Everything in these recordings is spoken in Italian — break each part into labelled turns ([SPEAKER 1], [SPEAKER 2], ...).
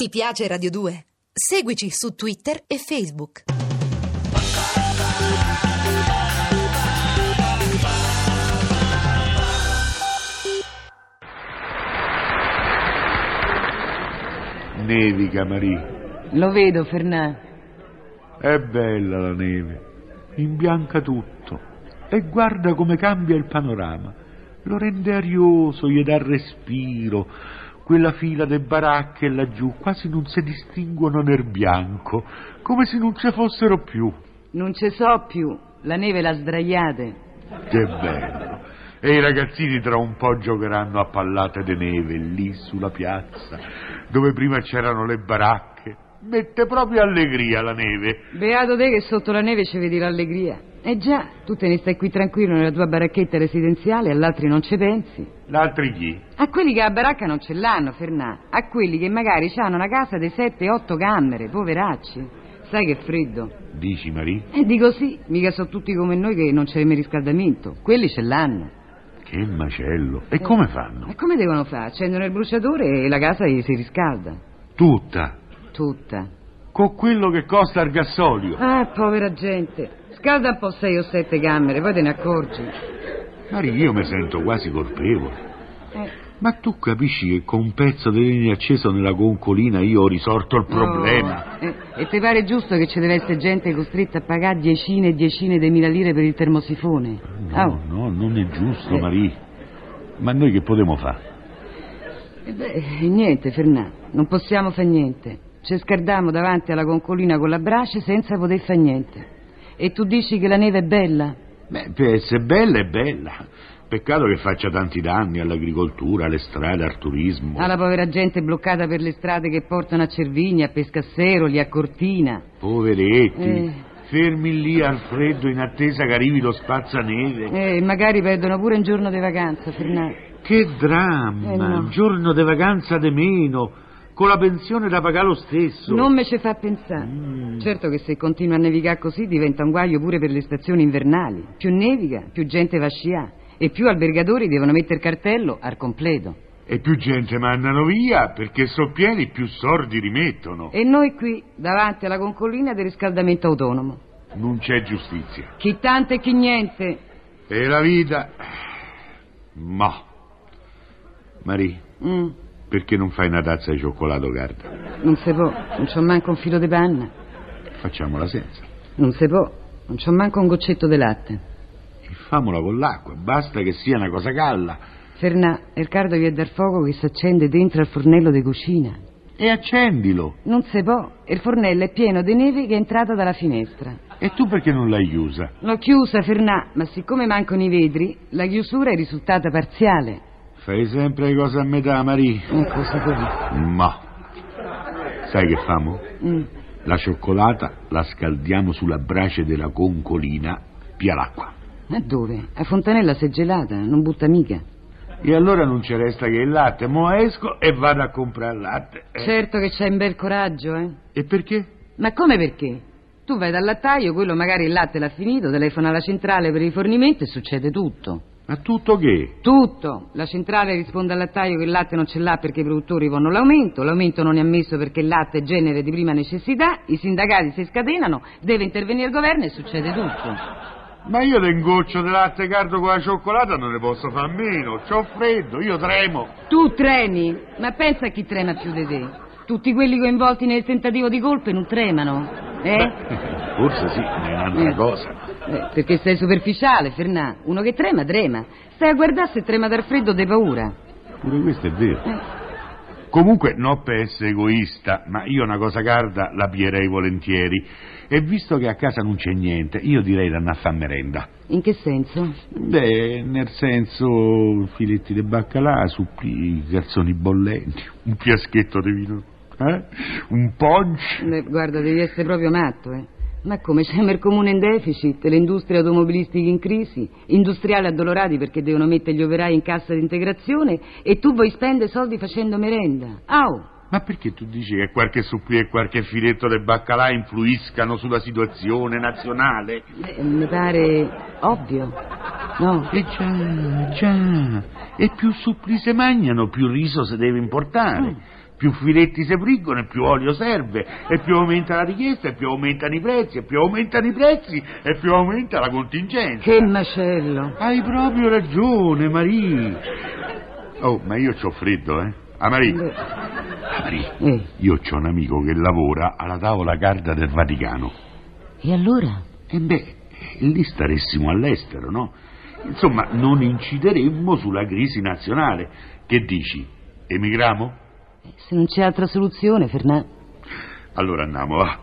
[SPEAKER 1] Ti piace Radio 2? Seguici su Twitter e Facebook.
[SPEAKER 2] Nevica, Marie.
[SPEAKER 3] Lo vedo, Fernà.
[SPEAKER 2] È bella la neve, imbianca tutto. E guarda come cambia il panorama. Lo rende arioso, gli dà respiro. Quella fila di baracche laggiù quasi non si distinguono nel bianco, come se non ci fossero più.
[SPEAKER 3] Non ce so più. La neve la sdraiate.
[SPEAKER 2] Che bello! E i ragazzini tra un po' giocheranno a pallate di neve lì sulla piazza, dove prima c'erano le baracche. Mette proprio allegria la neve.
[SPEAKER 3] Beato te che sotto la neve ci vedi l'allegria. Eh già, tu te ne stai qui tranquillo nella tua baracchetta residenziale, all'altri non ci pensi.
[SPEAKER 2] L'altri chi?
[SPEAKER 3] A quelli che la baracca non ce l'hanno, Fernà. A quelli che magari hanno una casa di 7-8 camere, poveracci. Sai che freddo.
[SPEAKER 2] Dici Marie?
[SPEAKER 3] E dico sì, mica sono tutti come noi che non c'è il riscaldamento. Quelli ce l'hanno.
[SPEAKER 2] Che macello. E come fanno?
[SPEAKER 3] Ma come devono fare? Accendono il bruciatore e la casa gli si riscalda.
[SPEAKER 2] Tutta.
[SPEAKER 3] Tutta.
[SPEAKER 2] Con quello che costa il gasolio.
[SPEAKER 3] Ah, povera gente. Scalda un po' sei o sette camere, poi te ne accorgi.
[SPEAKER 2] Marie, io mi sento quasi colpevole.
[SPEAKER 3] Eh,
[SPEAKER 2] Ma tu capisci che con un pezzo di legno acceso nella goncolina io ho risolto il problema?
[SPEAKER 3] no. Eh, e ti pare giusto che ci deve essere gente costretta a pagare diecine e diecine di mila lire per il termosifone?
[SPEAKER 2] No,
[SPEAKER 3] Oh.
[SPEAKER 2] no, non è giusto,
[SPEAKER 3] Eh.
[SPEAKER 2] Marie. Ma noi che potremmo fare?
[SPEAKER 3] Eh beh, niente, Fernà, non possiamo fare niente. Ci scardamo davanti alla concolina con la brace senza poter fare niente. E tu dici che la neve è bella?
[SPEAKER 2] Beh, per essere bella è bella. Peccato che faccia tanti danni all'agricoltura, alle strade, al turismo.
[SPEAKER 3] Alla Ah, povera gente bloccata per le strade che portano a Cervigna, a Pescasseroli, a Cortina.
[SPEAKER 2] Poveretti,
[SPEAKER 3] Eh.
[SPEAKER 2] fermi lì al freddo in attesa che arrivi lo spazzaneve.
[SPEAKER 3] Eh, E magari perdono pure un giorno di vacanza, Fernà.
[SPEAKER 2] Che dramma!
[SPEAKER 3] Eh, no.
[SPEAKER 2] Giorno di vacanza de meno, con la pensione da pagare lo stesso.
[SPEAKER 3] Non me ce fa pensare. Certo che se continua a nevicare così diventa un guaio pure per le stazioni invernali. Più nevica, più gente va a scià. E più albergatori devono mettere cartello al completo.
[SPEAKER 2] E più gente mandano via, perché so pieni più sordi rimettono.
[SPEAKER 3] E noi qui, davanti alla concolina del riscaldamento autonomo.
[SPEAKER 2] Non c'è giustizia.
[SPEAKER 3] Chi tanto e chi niente.
[SPEAKER 2] E la vita... Ma... Marie,
[SPEAKER 3] Mm,
[SPEAKER 2] perché non fai una tazza di cioccolato carta?
[SPEAKER 3] non si può, non c'ho manco un filo di panna.
[SPEAKER 2] Facciamola senza.
[SPEAKER 3] Non si può, non c'ho manco un goccetto di latte.
[SPEAKER 2] E famola con l'acqua, basta che sia una cosa calda.
[SPEAKER 3] Fernà, il cardo vi è dal fuoco che si accende dentro al fornello di cucina.
[SPEAKER 2] E accendilo.
[SPEAKER 3] Non si può, il fornello è pieno di neve che è entrata dalla finestra.
[SPEAKER 2] E tu perché non l'hai chiusa?
[SPEAKER 3] L'ho chiusa, Fernà, ma siccome mancano i vetri, la chiusura è risultata parziale.
[SPEAKER 2] Fai sempre le cose a metà, Marie.
[SPEAKER 3] Ecco, sapevo.
[SPEAKER 2] Ma sai che famo?
[SPEAKER 3] Mm.
[SPEAKER 2] La cioccolata la scaldiamo sulla brace della concolina via l'acqua.
[SPEAKER 3] Ma dove? A Fontanella si è gelata, non butta mica.
[SPEAKER 2] E allora non ci resta che il latte. Mo esco e vado a comprare il latte. Eh,
[SPEAKER 3] Certo che c'hai un bel coraggio, eh.
[SPEAKER 2] E perché?
[SPEAKER 3] Ma come perché? Tu vai dal lattaio, quello magari il latte l'ha finito, telefona alla centrale per il rifornimento e succede tutto.
[SPEAKER 2] Ma tutto che?
[SPEAKER 3] Tutto. La centrale risponde al lattaio che il latte non ce l'ha perché i produttori vogliono l'aumento, l'aumento non è ammesso perché il latte è genere di prima necessità, i sindacati si scatenano, deve intervenire il governo e succede tutto.
[SPEAKER 2] Ma io l'ingoccio di latte caldo con la cioccolata non ne posso far meno. C'ho freddo, io tremo.
[SPEAKER 3] Tu tremi, ma pensa a chi trema più di te. Tutti quelli coinvolti nel tentativo di colpe non tremano, eh?
[SPEAKER 2] Forse sì, è un'altra
[SPEAKER 3] Eh.
[SPEAKER 2] cosa.
[SPEAKER 3] Eh, perché sei superficiale, Fernà. Uno che trema, trema. Stai a guardare se trema dal freddo di paura.
[SPEAKER 2] Pure questo è vero. Comunque, no per essere egoista, ma io una cosa calda la pierei volentieri. E visto che a casa non c'è niente, io direi da andare a far merenda.
[SPEAKER 3] In che senso?
[SPEAKER 2] Beh, nel senso, filetti di baccalà, supplì, calzoni bollenti, un fiaschetto di vino, eh? un punch.
[SPEAKER 3] Beh, guarda, devi essere proprio matto, eh. Ma come c'è il comune in deficit, le industrie automobilistiche in crisi, industriali addolorati perché devono mettere gli operai in cassa di integrazione e tu vuoi spendere soldi facendo merenda. Au!
[SPEAKER 2] Ma perché tu dici che qualche supplì e qualche filetto di baccalà influiscano sulla situazione nazionale?
[SPEAKER 3] Beh, Eh, mi pare ovvio. No.
[SPEAKER 2] E
[SPEAKER 3] Mm.
[SPEAKER 2] già, già, e più supplì se mangiano, più riso si deve importare. Più filetti si friggono e più olio serve, e più aumenta la richiesta, e più aumentano i prezzi, e più aumentano i prezzi, e più aumenta la contingenza.
[SPEAKER 3] Che macello!
[SPEAKER 2] Hai proprio ragione, Marie. Oh, ma io c'ho freddo, eh? Ah, Marie, ah, Marie,
[SPEAKER 3] Eh,
[SPEAKER 2] io c'ho un amico che lavora alla tavola carta del Vaticano.
[SPEAKER 3] e allora?
[SPEAKER 2] E beh, lì staressimo all'estero, no? Insomma, non incideremmo sulla crisi nazionale. Che dici? Emigriamo?
[SPEAKER 3] Se non c'è altra soluzione, Fernà.
[SPEAKER 2] Allora andiamo, va.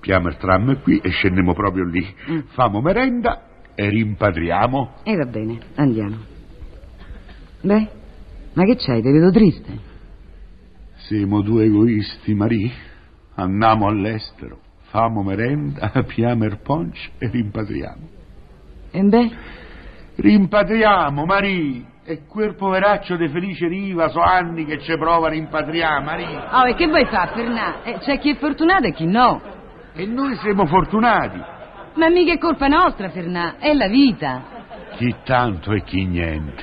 [SPEAKER 2] Piamo il tram qui e scendiamo proprio lì. Famo merenda e rimpatriamo.
[SPEAKER 3] E va bene, andiamo. Beh, ma che c'hai? Ti vedo triste.
[SPEAKER 2] Siamo due egoisti, Marie. Andiamo all'estero, famo merenda, piamo il punch e rimpatriamo.
[SPEAKER 3] E beh,
[SPEAKER 2] Rimpatriamo, Marie! E quel poveraccio di Felice Riva, so anni che ci prova a rimpatriare, Marie.
[SPEAKER 3] oh, e che vuoi fare, Fernà? Eh, c'è chi è fortunato e chi no.
[SPEAKER 2] E noi siamo fortunati.
[SPEAKER 3] Ma mica è colpa nostra, Fernà, è la vita.
[SPEAKER 2] Chi tanto e chi niente.